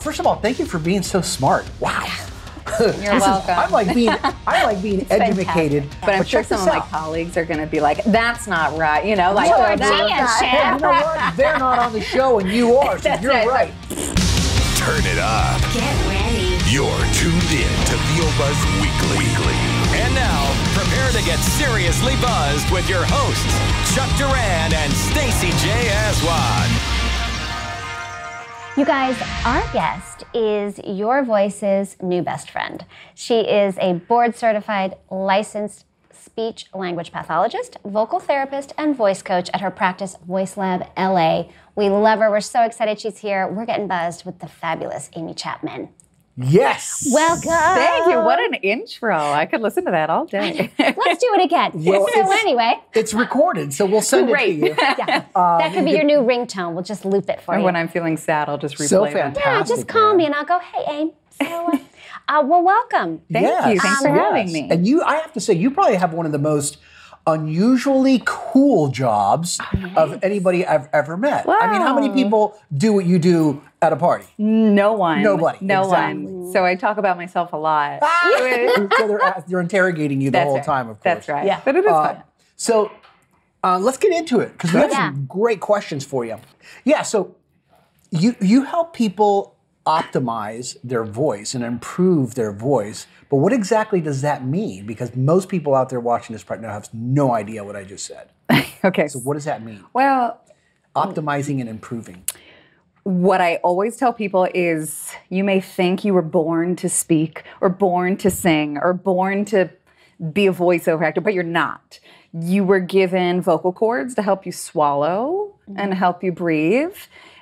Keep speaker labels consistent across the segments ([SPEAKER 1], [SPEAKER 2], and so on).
[SPEAKER 1] First of all, thank you for being so smart. Wow.
[SPEAKER 2] You're
[SPEAKER 1] This is-
[SPEAKER 2] welcome.
[SPEAKER 1] I'm like being I like being educated.
[SPEAKER 2] but I'm sure
[SPEAKER 1] check this
[SPEAKER 2] some of my
[SPEAKER 1] out.
[SPEAKER 2] colleagues are going to be like, "That's not right," you know, like
[SPEAKER 1] No,
[SPEAKER 2] "Oh, that's
[SPEAKER 1] no,
[SPEAKER 2] not-
[SPEAKER 1] Hey, you know what? They're not on the show and you are, so
[SPEAKER 2] That's
[SPEAKER 1] you're
[SPEAKER 2] right.
[SPEAKER 1] right.
[SPEAKER 3] Turn it up.
[SPEAKER 4] Get ready.
[SPEAKER 3] You're tuned in to VO Buzz Weekly.
[SPEAKER 5] And now, prepare to get seriously buzzed with your hosts, Chuck Duran and Stacy J. Aswan.
[SPEAKER 4] You guys, our guest is Your Voice's new best friend. She is a board certified licensed speech language pathologist, vocal therapist, and voice coach at her practice, Voice Lab LA. We love her. We're so excited she's here. We're getting buzzed with the fabulous Amy Chapman.
[SPEAKER 1] Yes.
[SPEAKER 4] Welcome.
[SPEAKER 2] Thank you. What an intro! I could listen to that all day.
[SPEAKER 4] Let's do it again.
[SPEAKER 1] Well,
[SPEAKER 4] so
[SPEAKER 1] it's-
[SPEAKER 4] anyway,
[SPEAKER 1] It's recorded, so we'll send
[SPEAKER 2] Great.
[SPEAKER 1] it to you.
[SPEAKER 4] yeah, that could be your new ringtone. We'll just loop it for
[SPEAKER 2] Or
[SPEAKER 4] you.
[SPEAKER 2] when I'm feeling sad, I'll just replay.
[SPEAKER 1] So
[SPEAKER 2] them.
[SPEAKER 1] fantastic.
[SPEAKER 4] yeah, just call me and I'll go, hey, Amy. So, uh, uh, well, welcome.
[SPEAKER 2] Thank you. Thanks for having me.
[SPEAKER 1] And you, I have to say, you probably have one of the most unusually cool jobs
[SPEAKER 2] Oh,
[SPEAKER 1] of anybody I've ever met. I mean, how many people do what you do at a party?
[SPEAKER 2] No one.
[SPEAKER 1] Nobody,
[SPEAKER 2] No
[SPEAKER 1] exactly.
[SPEAKER 2] one. So I talk about myself a lot.
[SPEAKER 1] so they're, they're interrogating you the
[SPEAKER 2] That's
[SPEAKER 1] whole
[SPEAKER 2] right.
[SPEAKER 1] time, of course.
[SPEAKER 2] That's right. Yeah. But it is
[SPEAKER 1] Uh,
[SPEAKER 2] fun.
[SPEAKER 1] so uh, let's get into it because we have
[SPEAKER 4] Sure.
[SPEAKER 1] some great questions for you. Yeah. So you you help people optimize their voice and improve their voice, but what exactly does that mean? Because most people out there watching this right now have no idea what I just said.
[SPEAKER 2] Okay.
[SPEAKER 1] So what does that mean?
[SPEAKER 2] well, Mm.
[SPEAKER 1] Optimizing and improving.
[SPEAKER 2] what I always tell people is you may think you were born to speak or born to sing or born to be a voiceover actor, but you're not. You were given vocal cords to help you swallow and help you breathe.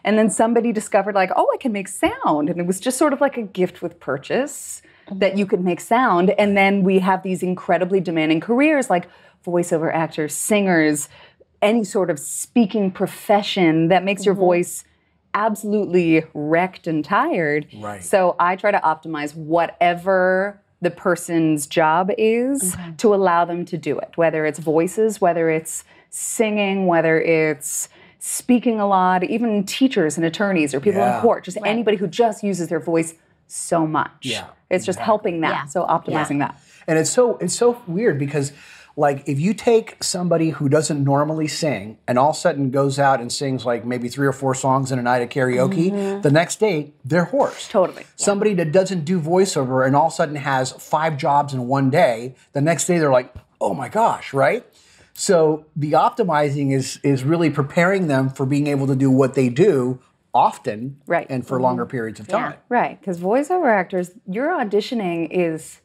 [SPEAKER 2] And then somebody discovered, like, oh, I can make sound. And it was just sort of like a gift with purchase that you could make sound. And then we have these incredibly demanding careers like voiceover actors, singers, any sort of speaking profession that makes your voice absolutely wrecked and tired.
[SPEAKER 1] Right.
[SPEAKER 2] So I try to optimize whatever the person's job is
[SPEAKER 4] Mm-hmm.
[SPEAKER 2] to allow them to do it, whether it's voices, whether it's singing, whether it's speaking a lot, even teachers and attorneys or people
[SPEAKER 1] Yeah.
[SPEAKER 2] in court, just anybody who just uses their voice so much.
[SPEAKER 1] Yeah,
[SPEAKER 2] It's just helping that.
[SPEAKER 4] Yeah.
[SPEAKER 2] So optimizing that.
[SPEAKER 1] And it's so it's so weird because like if you take somebody who doesn't normally sing and all of a sudden goes out and sings like maybe three or four songs in a night at karaoke, the next day they're hoarse.
[SPEAKER 2] Mm-hmm. Totally.
[SPEAKER 1] Somebody that doesn't do voiceover and all of a sudden has five jobs in one day, the next day they're like, oh my gosh, right? So the optimizing is is really preparing them for being able to do what they do often
[SPEAKER 2] Right.
[SPEAKER 1] and for longer periods of time.
[SPEAKER 2] Right, because voiceover actors, your auditioning is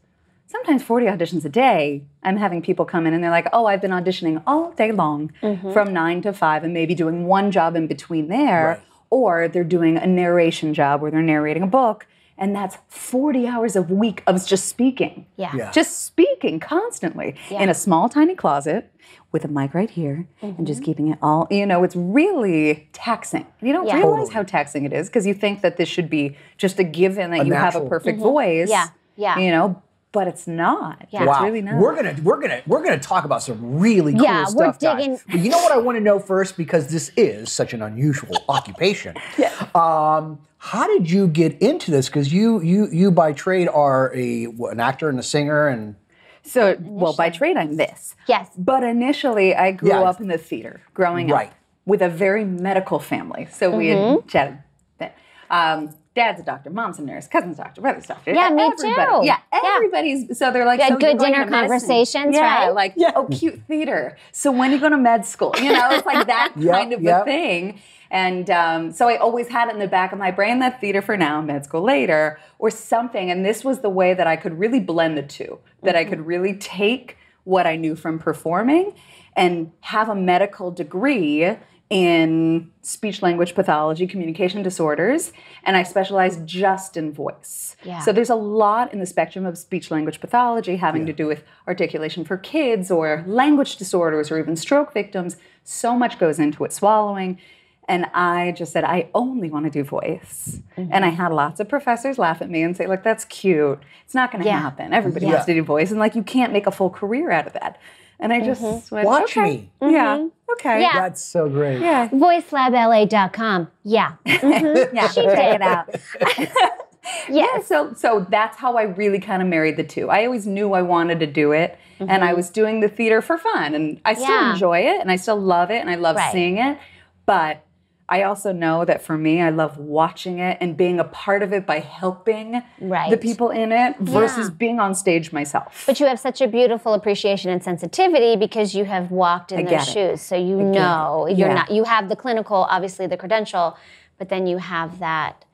[SPEAKER 2] sometimes 40 auditions a day. I'm having people come in and they're like, oh, I've been auditioning all day long from nine to five and maybe doing one job in between there.
[SPEAKER 1] Right.
[SPEAKER 2] Or they're doing a narration job where they're narrating a book, and that's 40 hours a week of just speaking.
[SPEAKER 4] Yeah.
[SPEAKER 1] Yeah.
[SPEAKER 2] Just speaking constantly in a small, tiny closet with a mic right here and
[SPEAKER 4] Mm-hmm.
[SPEAKER 2] just keeping it all, you know, it's really taxing. You don't
[SPEAKER 4] Yeah.
[SPEAKER 2] realize
[SPEAKER 1] Totally.
[SPEAKER 2] how taxing it is because you think that this should be just a given that you have
[SPEAKER 1] natural.
[SPEAKER 2] a perfect voice.
[SPEAKER 4] Mm-hmm. Yeah. Yeah.
[SPEAKER 2] You know, but it's not.
[SPEAKER 4] Yeah.
[SPEAKER 2] It's
[SPEAKER 1] Wow.
[SPEAKER 2] really not.
[SPEAKER 1] We're gonna we're gonna we're gonna talk about some really cool
[SPEAKER 4] Yeah, we're
[SPEAKER 1] stuff, guys.
[SPEAKER 4] digging-
[SPEAKER 1] But you know what I want to know first because this is such an unusual occupation. Yeah. Um, how did you get into this? Because you you you by trade are a what, an actor and a singer and
[SPEAKER 2] so, well, by trade, I'm this.
[SPEAKER 4] Yes.
[SPEAKER 2] But initially, I grew
[SPEAKER 1] Yeah.
[SPEAKER 2] up in the theater growing
[SPEAKER 1] Right.
[SPEAKER 2] up with a very medical family. So we
[SPEAKER 4] Mm-hmm.
[SPEAKER 2] had chatted that. Um, Dad's a doctor, mom's a nurse, cousin's a doctor, brother's a doctor.
[SPEAKER 4] Yeah, me
[SPEAKER 2] everybody.
[SPEAKER 4] too.
[SPEAKER 2] Yeah,
[SPEAKER 4] Yeah.
[SPEAKER 2] everybody's. So they're like,
[SPEAKER 4] You
[SPEAKER 2] so
[SPEAKER 4] had
[SPEAKER 2] you're
[SPEAKER 4] good
[SPEAKER 2] going
[SPEAKER 4] dinner
[SPEAKER 2] to medicine.
[SPEAKER 4] conversations,
[SPEAKER 2] yeah,
[SPEAKER 4] right?
[SPEAKER 2] Like, oh, cute theater. So when are you going to med school? You know, it's like that
[SPEAKER 1] Yep,
[SPEAKER 2] kind of
[SPEAKER 1] yep.
[SPEAKER 2] a thing. And um, so I always had it in the back of my brain that theater for now, med school later, or something. And this was the way that I could really blend the two, that I could really take what I knew from performing and have a medical degree in speech language pathology, communication disorders, and I specialize just in voice.
[SPEAKER 4] Yeah.
[SPEAKER 2] So there's a lot in the spectrum of speech language pathology having to do with articulation for kids or language disorders or even stroke victims. So much goes into it, swallowing. And I just said, I only want to do voice. And I had lots of professors laugh at me and say, Look, that's cute. It's not going to
[SPEAKER 4] Yeah.
[SPEAKER 2] happen. Everybody wants to do voice. And like, you can't make a full career out of that. And I just went,
[SPEAKER 1] Watch
[SPEAKER 2] okay.
[SPEAKER 1] me.
[SPEAKER 2] Yeah. Okay.
[SPEAKER 4] Yeah.
[SPEAKER 1] That's so great.
[SPEAKER 2] Yeah.
[SPEAKER 4] VoiceLabLA.com. Yeah. Mm-hmm.
[SPEAKER 2] Yeah. She check it out.
[SPEAKER 4] Yes.
[SPEAKER 2] Yeah, so so that's how I really kind of married the two. I always knew I wanted to do it, and I was doing the theater for fun, and I still
[SPEAKER 4] Mm-hmm. Yeah.
[SPEAKER 2] enjoy it, and I still love it, and I love
[SPEAKER 4] Right.
[SPEAKER 2] seeing it. But I also know that for me, I love watching it and being a part of it by helping the
[SPEAKER 4] Right.
[SPEAKER 2] people in it versus
[SPEAKER 4] Yeah.
[SPEAKER 2] being on stage myself.
[SPEAKER 4] But you have such a beautiful appreciation and sensitivity because you have walked in their
[SPEAKER 2] get it.
[SPEAKER 4] shoes. So you know you're
[SPEAKER 2] Yeah.
[SPEAKER 4] not you have the clinical, obviously the credential, but then you have that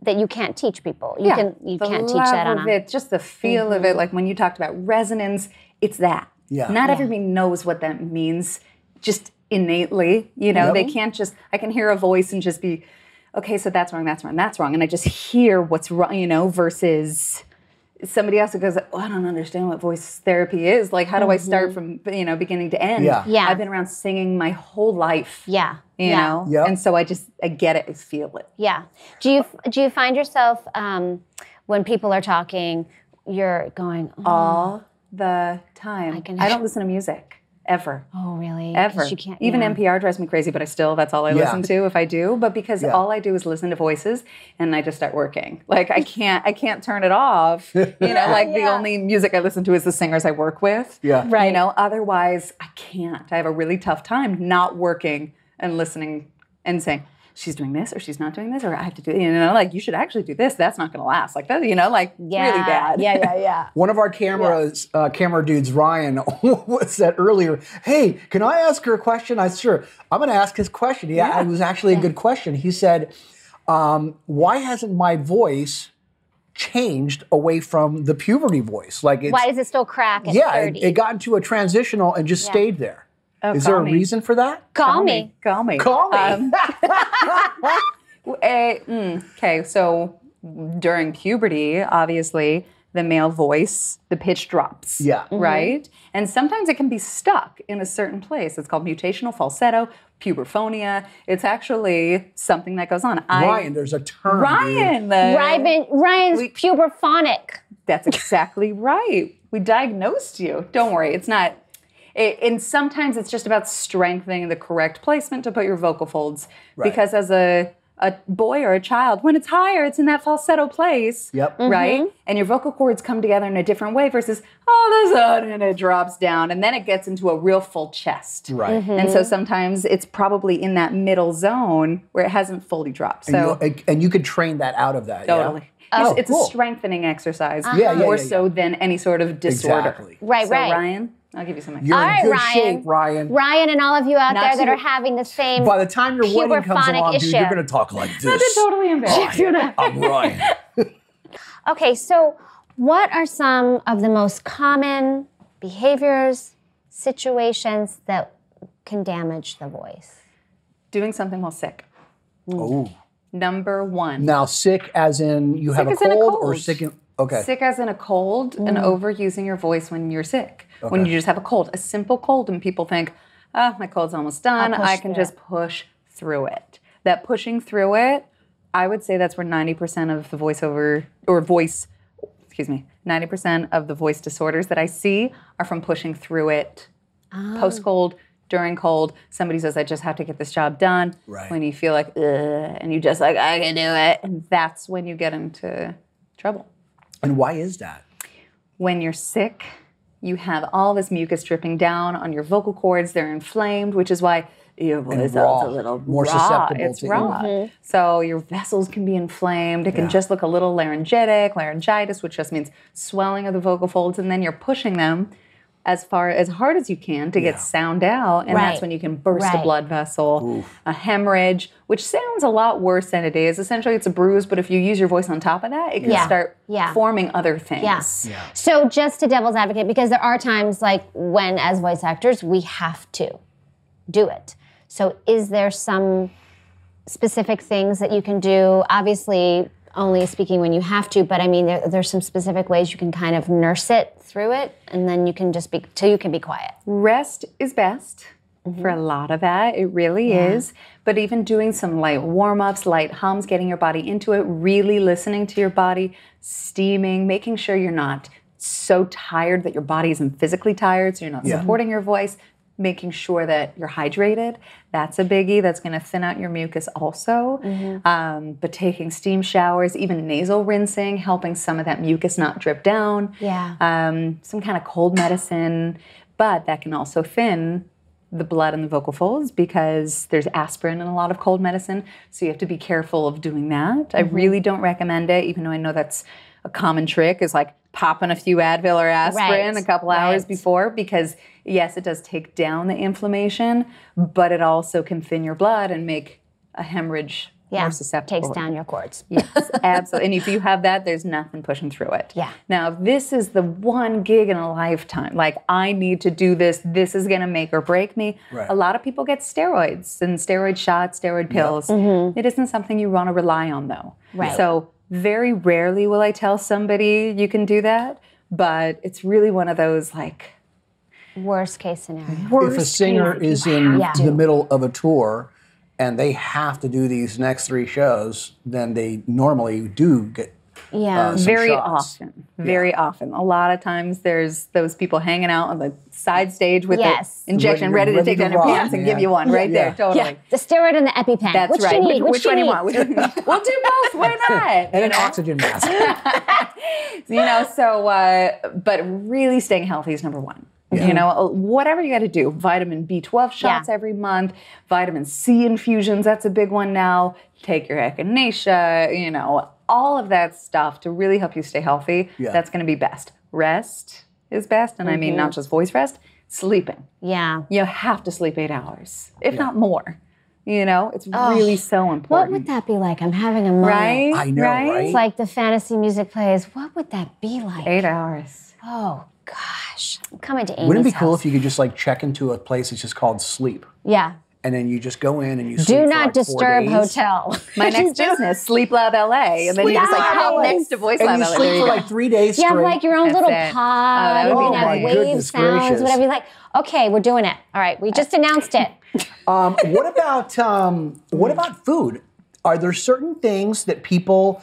[SPEAKER 4] that you can't teach people. You can you
[SPEAKER 2] the
[SPEAKER 4] can't teach
[SPEAKER 2] love
[SPEAKER 4] that
[SPEAKER 2] of
[SPEAKER 4] on a Mm-hmm.
[SPEAKER 2] it, just the feel of it. Like when you talked about resonance, it's that.
[SPEAKER 1] Yeah.
[SPEAKER 2] Not
[SPEAKER 1] Yeah.
[SPEAKER 2] everybody knows what that means, just innately. You know, they can't just. I can hear a voice and just be, okay, so that's wrong, that's wrong, that's wrong, and I just hear what's wrong. You know, versus somebody else who goes, oh, I don't understand what voice therapy is. Like, how do I start from you know beginning to end?
[SPEAKER 1] Yeah.
[SPEAKER 4] Mm-hmm. Yeah.
[SPEAKER 2] I've been around singing my whole life.
[SPEAKER 4] Yeah.
[SPEAKER 2] You
[SPEAKER 4] yeah.
[SPEAKER 2] know,
[SPEAKER 1] Yep.
[SPEAKER 2] and so I just I get it, I feel it.
[SPEAKER 4] Yeah. Do you do you find yourself um, when people are talking, you're going, oh,
[SPEAKER 2] all the time. I,
[SPEAKER 4] can-
[SPEAKER 2] don't listen to music ever.
[SPEAKER 4] oh, really? 'Cause
[SPEAKER 2] Ever.
[SPEAKER 4] You can't
[SPEAKER 2] Even
[SPEAKER 4] yeah.
[SPEAKER 2] NPR drives me crazy, but I still, that's all I
[SPEAKER 1] Yeah.
[SPEAKER 2] listen to if I do. But because
[SPEAKER 1] Yeah.
[SPEAKER 2] all I do is listen to voices and I just start working. Like I can't, I can't turn it off. You know, like the only music I listen to is the singers I work with.
[SPEAKER 1] Yeah.
[SPEAKER 2] You know, otherwise I can't. I have a really tough time not working and listening and saying, she's doing this or she's not doing this or I have to do, you know, like you should actually do this. That's not going to last. Like that, you know, like really bad.
[SPEAKER 4] Yeah, yeah, yeah.
[SPEAKER 1] One of our cameras, uh, camera dudes, Ryan, said earlier, "Hey, can I ask her a question?" I sure. I'm going to ask his question. Yeah, it was actually a good question. He said, um, "Why hasn't my voice changed away from the puberty voice? Like, it's,
[SPEAKER 4] Why does it still crack at
[SPEAKER 1] yeah,
[SPEAKER 4] 30?
[SPEAKER 1] it, it got into a transitional and just stayed there. Is there a
[SPEAKER 2] call me.
[SPEAKER 1] reason for that?
[SPEAKER 4] Call me.
[SPEAKER 2] Call me. Uh, eh,
[SPEAKER 1] Call me.
[SPEAKER 2] mm, Okay, so during puberty, obviously, the male voice, the pitch drops.
[SPEAKER 1] Yeah. Mhm.
[SPEAKER 2] Right? And sometimes it can be stuck in a certain place. It's called mutational falsetto, puberphonia. It's actually something that goes on. I,
[SPEAKER 1] Ryan, there's a term. dude.
[SPEAKER 2] Ryan. uh,
[SPEAKER 4] Ryan, Ryan's puberphonic.
[SPEAKER 2] That's exactly right. We diagnosed you. Don't worry, it's not. It, and sometimes it's just about strengthening the correct placement to put your vocal folds. Because as a, a boy or a child, when it's higher, it's in that falsetto place.
[SPEAKER 1] Yep.
[SPEAKER 2] Right? And your vocal cords come together in a different way versus all of a sudden it drops down and then it gets into a real full chest.
[SPEAKER 1] Right.
[SPEAKER 2] And so sometimes it's probably in that middle zone where it hasn't fully dropped.
[SPEAKER 1] And,
[SPEAKER 2] So
[SPEAKER 1] you, and you could train that out of that. yeah?
[SPEAKER 2] Totally.
[SPEAKER 1] Oh,
[SPEAKER 2] it's it's
[SPEAKER 1] cool.
[SPEAKER 2] a strengthening exercise
[SPEAKER 1] Yeah, yeah,
[SPEAKER 2] more
[SPEAKER 1] yeah, yeah.
[SPEAKER 2] so than any sort of disorder.
[SPEAKER 1] Exactly.
[SPEAKER 4] Right,
[SPEAKER 2] So,
[SPEAKER 4] right.
[SPEAKER 2] Ryan, I'll give you something.
[SPEAKER 1] You're
[SPEAKER 4] All
[SPEAKER 1] in
[SPEAKER 4] right,
[SPEAKER 1] good
[SPEAKER 4] Ryan.
[SPEAKER 1] shape, Ryan.
[SPEAKER 4] Ryan and all of you out
[SPEAKER 2] Not
[SPEAKER 4] there that
[SPEAKER 2] to-
[SPEAKER 4] are having the same
[SPEAKER 1] By the time your wedding comes
[SPEAKER 4] puberphonic
[SPEAKER 1] along,
[SPEAKER 4] issue.
[SPEAKER 1] dude, you're going to talk like
[SPEAKER 2] That's
[SPEAKER 1] this.
[SPEAKER 2] totally embarrassing.
[SPEAKER 1] I'm Ryan.
[SPEAKER 4] Okay, so what are some of the most common behaviors, situations that can damage the voice?
[SPEAKER 2] Doing something while sick.
[SPEAKER 1] oh.
[SPEAKER 2] Number one.
[SPEAKER 1] Now, sick as in you have a
[SPEAKER 2] as in
[SPEAKER 1] cold,
[SPEAKER 2] a
[SPEAKER 1] or
[SPEAKER 2] cold.
[SPEAKER 1] sick in. Okay. Mm.
[SPEAKER 2] Sick as in a cold and overusing your voice when you're sick. When you just have a cold, a simple cold, and people think, oh, my cold's almost done. I can just push through it. That pushing through it, I would say that's where 90% of the voiceover or voice, excuse me, 90% of the voice disorders that I see are from pushing through it post cold, during cold. Somebody says, I just have to get this job done.
[SPEAKER 1] Right.
[SPEAKER 2] When you feel like, Ugh, and you just like, I can do it. And that's when you get into trouble.
[SPEAKER 1] And why is that?
[SPEAKER 2] When you're sick, you have all this mucus dripping down on your vocal cords. They're inflamed, which is why your voice sounds
[SPEAKER 1] raw,
[SPEAKER 2] a little
[SPEAKER 1] more
[SPEAKER 2] raw.
[SPEAKER 1] susceptible
[SPEAKER 2] It's
[SPEAKER 1] to
[SPEAKER 2] raw.
[SPEAKER 4] Mm-hmm.
[SPEAKER 2] So your vessels can be inflamed. It can just look a little laryngitic, laryngitis, which just means swelling of the vocal folds, and then you're pushing them as far as hard as you can to get sound out, and
[SPEAKER 4] Right.
[SPEAKER 2] that's when you can burst a
[SPEAKER 4] Right.
[SPEAKER 2] blood vessel, a hemorrhage, which sounds a lot worse than it is. Essentially, it's a bruise, but if you use your voice on top of that, it can
[SPEAKER 4] Yeah.
[SPEAKER 2] start
[SPEAKER 4] Yeah.
[SPEAKER 2] forming other things.
[SPEAKER 4] Yes. So, just to devil's advocate, because there are times like when, as voice actors, we have to do it. So, is there some specific things that you can do? Obviously, only speaking when you have to, but I mean, there, there's some specific ways you can kind of nurse it through it, and then you can just be till you can be quiet.
[SPEAKER 2] rest is best for a lot of that. It really is. But even doing some light warm ups, light hums, getting your body into it, really listening to your body, steaming, making sure you're not so tired that your body isn't physically tired, so you're not
[SPEAKER 1] Yeah.
[SPEAKER 2] supporting your voice. Making sure that you're hydrated, that's a biggie. That's gonna thin out your mucus also. Um, but taking steam showers, even nasal rinsing, helping some of that mucus not drip down.
[SPEAKER 4] Yeah.
[SPEAKER 2] Um, some kind of cold medicine, but that can also thin the blood in the vocal folds because there's aspirin in a lot of cold medicine. So you have to be careful of doing that.
[SPEAKER 4] Mm-hmm.
[SPEAKER 2] I really don't recommend it, even though I know that's a common trick is like popping a few Advil or aspirin a
[SPEAKER 4] Right,
[SPEAKER 2] couple hours
[SPEAKER 4] right.
[SPEAKER 2] before because yes, it does take down the inflammation, but it also can thin your blood and make a hemorrhage
[SPEAKER 4] yeah.
[SPEAKER 2] more susceptible.
[SPEAKER 4] Takes down your cords.
[SPEAKER 2] Yes, absolutely. And if you have that, there's nothing pushing through it.
[SPEAKER 4] Yeah.
[SPEAKER 2] Now, if this is the one gig in a lifetime. Like, I need to do this. This is going to make or break me.
[SPEAKER 1] Right.
[SPEAKER 2] A lot of people get steroids and steroid shots, steroid pills. It isn't something you want to rely on, though.
[SPEAKER 4] Mm-hmm. Right.
[SPEAKER 2] So, very rarely will I tell somebody you can do that, but it's really one of those like,
[SPEAKER 4] Worst case
[SPEAKER 2] Mm-hmm.
[SPEAKER 4] scenario.
[SPEAKER 1] if a singer is in
[SPEAKER 4] Yeah.
[SPEAKER 1] the middle of a tour and they have to do these next three shows, then they normally do get
[SPEAKER 4] Yeah.
[SPEAKER 1] uh, some
[SPEAKER 2] Um, very
[SPEAKER 1] shots.
[SPEAKER 2] often very often a lot of times there's those people hanging out on the side stage with
[SPEAKER 4] Yes.
[SPEAKER 2] the injection
[SPEAKER 1] Ready
[SPEAKER 2] ready,
[SPEAKER 1] to-
[SPEAKER 2] to take
[SPEAKER 1] ready
[SPEAKER 2] down
[SPEAKER 1] to
[SPEAKER 2] your
[SPEAKER 1] rock,
[SPEAKER 2] pants and give
[SPEAKER 1] yeah.
[SPEAKER 2] you one right
[SPEAKER 1] Yeah.
[SPEAKER 2] there totally
[SPEAKER 4] Yeah, the steroid and the EpiPen.
[SPEAKER 2] That's
[SPEAKER 4] which
[SPEAKER 2] right.
[SPEAKER 4] You need?
[SPEAKER 2] Which, which
[SPEAKER 4] you
[SPEAKER 2] one do you
[SPEAKER 4] need?
[SPEAKER 2] want? Which one- we'll do both. Why not?
[SPEAKER 1] And an oxygen mask.
[SPEAKER 2] you know, so uh, but really staying healthy is number one. You know, uh, whatever you got to do, vitamin B12 shots
[SPEAKER 4] Yeah.
[SPEAKER 2] every month, vitamin C infusions, that's a big one now. Take your echinacea, you know, all of that stuff to really help you stay healthy.
[SPEAKER 1] Yeah.
[SPEAKER 2] That's going to be best. Rest is best. And I mean, not
[SPEAKER 1] Mm-hmm.
[SPEAKER 2] just voice rest, sleeping.
[SPEAKER 4] Yeah.
[SPEAKER 2] You have to sleep eight hours, if not more. You know, it's really so important.
[SPEAKER 4] What would that be like? I'm having a moment.
[SPEAKER 2] right?
[SPEAKER 1] I know, right?
[SPEAKER 4] It's like the fantasy music plays. What would that be like?
[SPEAKER 2] Eight hours.
[SPEAKER 4] Oh gosh, I'm coming to Amy's
[SPEAKER 1] Wouldn't it be cool
[SPEAKER 4] house.
[SPEAKER 1] if you could just like check into a place that's just called sleep?
[SPEAKER 4] yeah.
[SPEAKER 1] And then you just go in and you sleep
[SPEAKER 4] Do
[SPEAKER 1] for,
[SPEAKER 4] not
[SPEAKER 1] like, four
[SPEAKER 4] disturb
[SPEAKER 1] days.
[SPEAKER 4] hotel.
[SPEAKER 2] My next business, Sleep Lab LA. And then you just like
[SPEAKER 4] Sleep
[SPEAKER 2] pop
[SPEAKER 4] Lab.
[SPEAKER 2] next to Voice
[SPEAKER 1] And
[SPEAKER 2] Lab
[SPEAKER 1] you
[SPEAKER 2] LA.
[SPEAKER 1] sleep
[SPEAKER 2] There you
[SPEAKER 1] for
[SPEAKER 2] go.
[SPEAKER 1] like three days
[SPEAKER 4] You
[SPEAKER 1] straight.
[SPEAKER 4] have like your own
[SPEAKER 2] That's
[SPEAKER 4] little
[SPEAKER 2] it. Oh,
[SPEAKER 4] pod.
[SPEAKER 2] that would
[SPEAKER 4] you
[SPEAKER 2] be
[SPEAKER 4] can have
[SPEAKER 2] nice.
[SPEAKER 4] wave
[SPEAKER 1] Goodness
[SPEAKER 4] sounds,
[SPEAKER 1] gracious.
[SPEAKER 4] whatever. You're like, okay, we're doing it. All right, we
[SPEAKER 2] Uh,
[SPEAKER 4] just announced it.
[SPEAKER 1] Um, what about um, what about food? Are there certain things that people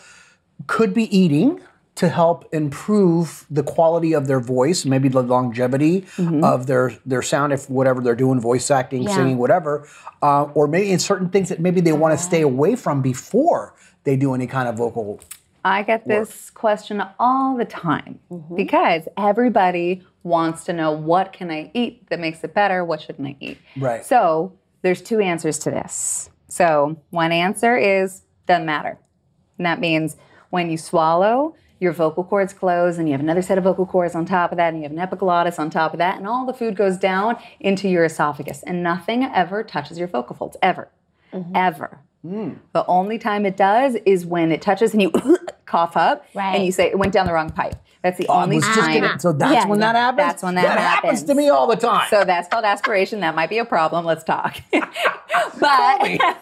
[SPEAKER 1] could be eating to help improve the quality of their voice, maybe the longevity
[SPEAKER 2] Mm-hmm.
[SPEAKER 1] of their their sound, if whatever they're doing, voice acting,
[SPEAKER 4] Yeah.
[SPEAKER 1] singing, whatever, uh, or maybe in certain things that maybe they want to stay away from before they do any kind of vocal.
[SPEAKER 2] I get this question all the time because everybody wants to know what can I eat that makes it better? What shouldn't I eat?
[SPEAKER 1] Right.
[SPEAKER 2] So there's two answers to this. So one answer is doesn't matter. And that means when you swallow, your vocal cords close and you have another set of vocal cords on top of that and you have an epiglottis on top of that and all the food goes down into your esophagus and nothing ever touches your vocal folds ever.
[SPEAKER 1] Mm-hmm.
[SPEAKER 2] Ever.
[SPEAKER 1] Mm.
[SPEAKER 2] The only time it does is when it touches and you cough up
[SPEAKER 4] Right.
[SPEAKER 2] and you say it went down the wrong pipe. That's the only
[SPEAKER 1] Oh, was just
[SPEAKER 2] time.
[SPEAKER 1] gonna- so that's
[SPEAKER 4] Yeah,
[SPEAKER 1] when that
[SPEAKER 4] yeah.
[SPEAKER 1] happens.
[SPEAKER 2] That's when that
[SPEAKER 1] happens.
[SPEAKER 2] happens.
[SPEAKER 1] to me all the time.
[SPEAKER 2] So that's called aspiration. That might be a problem. Let's talk. but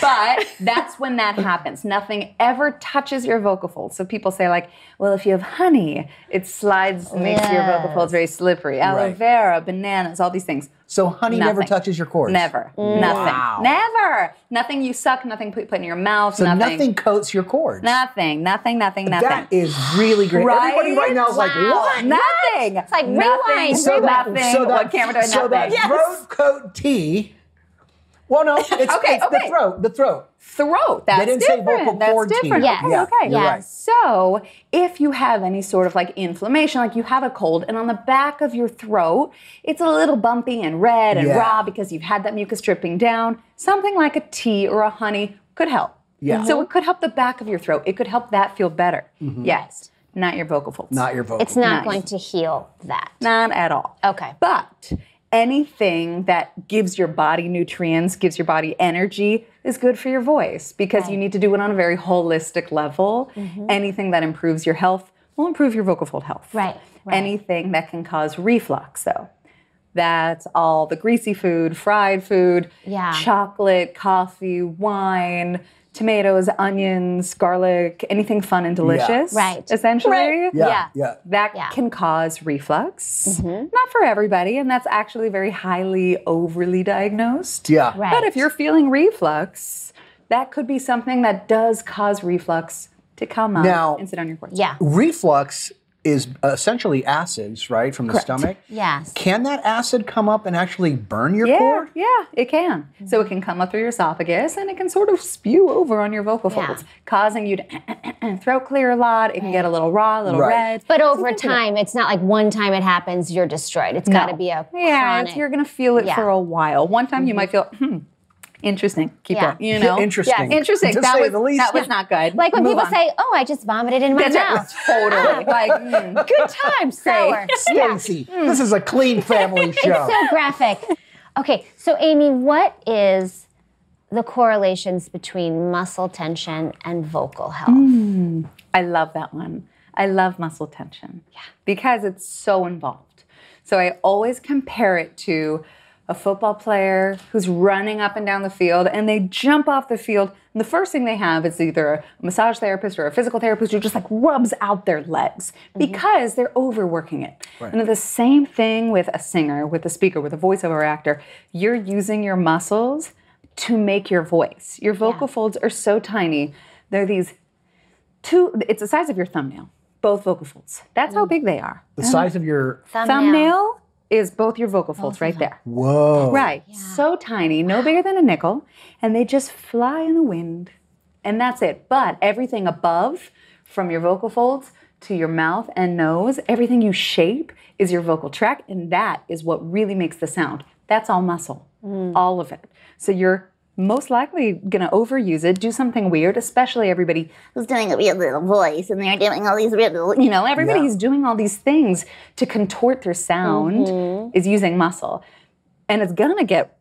[SPEAKER 2] but that's when that happens. Nothing ever touches your vocal folds. So people say like, well, if you have honey, it slides, makes your vocal folds very slippery. Aloe
[SPEAKER 1] Right.
[SPEAKER 2] vera, bananas, all these things.
[SPEAKER 1] So honey never
[SPEAKER 2] Nothing.
[SPEAKER 1] touches your cords.
[SPEAKER 2] Never. Nothing.
[SPEAKER 1] Wow.
[SPEAKER 2] Never. Nothing you suck. Nothing put, put in your mouth.
[SPEAKER 1] So nothing, coats your cords.
[SPEAKER 2] Nothing. Nothing. Nothing. Nothing.
[SPEAKER 1] That is really great. Everybody right now is like,
[SPEAKER 4] Wow.
[SPEAKER 1] what?
[SPEAKER 2] Nothing. It's
[SPEAKER 4] like, rewind,
[SPEAKER 2] So
[SPEAKER 4] rewind.
[SPEAKER 2] nothing. what camera do I
[SPEAKER 1] so that
[SPEAKER 2] nothing?
[SPEAKER 1] throat coat tea. Well, no, it's,
[SPEAKER 2] Okay,
[SPEAKER 1] it's the
[SPEAKER 2] okay.
[SPEAKER 1] throat. The throat.
[SPEAKER 2] throat. That's
[SPEAKER 1] didn't say
[SPEAKER 2] different.
[SPEAKER 1] vocal
[SPEAKER 2] That's
[SPEAKER 1] cord teeth.
[SPEAKER 2] different.
[SPEAKER 4] Yes.
[SPEAKER 2] Okay,
[SPEAKER 4] Yeah,
[SPEAKER 2] okay.
[SPEAKER 4] you're right.
[SPEAKER 2] So if you have any sort of like inflammation, like you have a cold, and on the back of your throat, it's a little bumpy and red and
[SPEAKER 1] Yeah.
[SPEAKER 2] raw because you've had that mucus dripping down, something like a tea or a honey could help.
[SPEAKER 1] Yeah.
[SPEAKER 2] So it could help the back of your throat. It could help that feel better.
[SPEAKER 1] Mm-hmm.
[SPEAKER 2] Yes. Not your vocal folds.
[SPEAKER 1] Not your vocal.
[SPEAKER 4] It's
[SPEAKER 2] Nice.
[SPEAKER 4] not going to heal that.
[SPEAKER 2] Not at all.
[SPEAKER 4] Okay.
[SPEAKER 2] But anything that gives your body nutrients, gives your body energy, is good for your voice because you need to do it on a very holistic level.
[SPEAKER 4] Mm-hmm.
[SPEAKER 2] Anything that improves your health will improve your vocal fold health.
[SPEAKER 4] Right, right.
[SPEAKER 2] Anything that can cause reflux, though. That's all the greasy food, fried food,
[SPEAKER 4] Yeah.
[SPEAKER 2] chocolate, coffee, wine, tomatoes, onions, garlic, anything fun and delicious.
[SPEAKER 4] Right.
[SPEAKER 2] Essentially
[SPEAKER 1] yeah, yeah.
[SPEAKER 2] that
[SPEAKER 4] Yeah. Mm-hmm.
[SPEAKER 2] can cause reflux. Not for everybody, and that's actually very highly overly diagnosed.
[SPEAKER 1] Yeah.
[SPEAKER 4] Right.
[SPEAKER 2] But if you're feeling reflux, that could be something that does cause reflux to come up
[SPEAKER 1] Now-
[SPEAKER 2] and sit on your porch.
[SPEAKER 4] Yeah.
[SPEAKER 1] Reflux is essentially acids, right, from the stomach.
[SPEAKER 4] Yes.
[SPEAKER 1] Can that acid come up and actually burn your
[SPEAKER 2] Yeah,
[SPEAKER 1] cord?
[SPEAKER 2] yeah, it can. So
[SPEAKER 4] Mm-hmm.
[SPEAKER 2] it can come up through your esophagus and it can sort of spew over on your vocal
[SPEAKER 4] Yeah.
[SPEAKER 2] folds, causing you to throat clear a lot. It can get a little raw, a little
[SPEAKER 1] Right.
[SPEAKER 2] red.
[SPEAKER 4] But over time, it's not like one time it happens, you're destroyed. It's got to
[SPEAKER 2] No.
[SPEAKER 4] be a
[SPEAKER 2] yeah. it's-
[SPEAKER 4] chronic.
[SPEAKER 2] You're gonna feel it
[SPEAKER 4] Yeah. Mm-hmm.
[SPEAKER 2] for a while. One time you might feel hmm, interesting. Keep
[SPEAKER 4] Yeah.
[SPEAKER 2] going. You know,
[SPEAKER 1] Interesting.
[SPEAKER 2] Yeah, interesting.
[SPEAKER 1] To
[SPEAKER 2] that
[SPEAKER 1] say
[SPEAKER 2] was
[SPEAKER 1] the least.
[SPEAKER 2] that was not good.
[SPEAKER 4] like when
[SPEAKER 2] Move
[SPEAKER 4] people
[SPEAKER 2] on.
[SPEAKER 4] say, "Oh, I just vomited in my
[SPEAKER 2] That's it,
[SPEAKER 4] mouth."
[SPEAKER 2] totally like mm,
[SPEAKER 4] Good time, sour.
[SPEAKER 1] Stacy,
[SPEAKER 2] Hmm.
[SPEAKER 1] this is a clean family show.
[SPEAKER 4] so graphic. Okay, so Amy, what is the correlations between muscle tension and vocal health?
[SPEAKER 6] Mm.
[SPEAKER 2] I love that one. I love muscle tension because it's so involved. So I always compare it to a football player who's running up and down the field and they jump off the field. And the first thing they have is either a massage therapist or a physical therapist who just like rubs out their legs because they're overworking it. And the same thing with a singer, with a speaker, with a voiceover actor. You're using your muscles to make your voice. Your vocal folds are so tiny. They're these two it's the size of your thumbnail both vocal folds that's how big they are
[SPEAKER 1] the size of your
[SPEAKER 4] Thumbnail.
[SPEAKER 2] thumbnail is both your vocal folds right there
[SPEAKER 1] whoa.
[SPEAKER 2] right so tiny no bigger than a nickel and they just fly in the wind and that's it but everything above from your vocal folds to your mouth and nose everything you shape is your vocal tract and that is what really makes the sound that's all muscle all of it so you're most likely gonna overuse it do something weird especially everybody
[SPEAKER 6] who's doing a weird little voice and they're doing all these weird little
[SPEAKER 2] you know everybody's doing all these things to contort their sound is using muscle and it's gonna get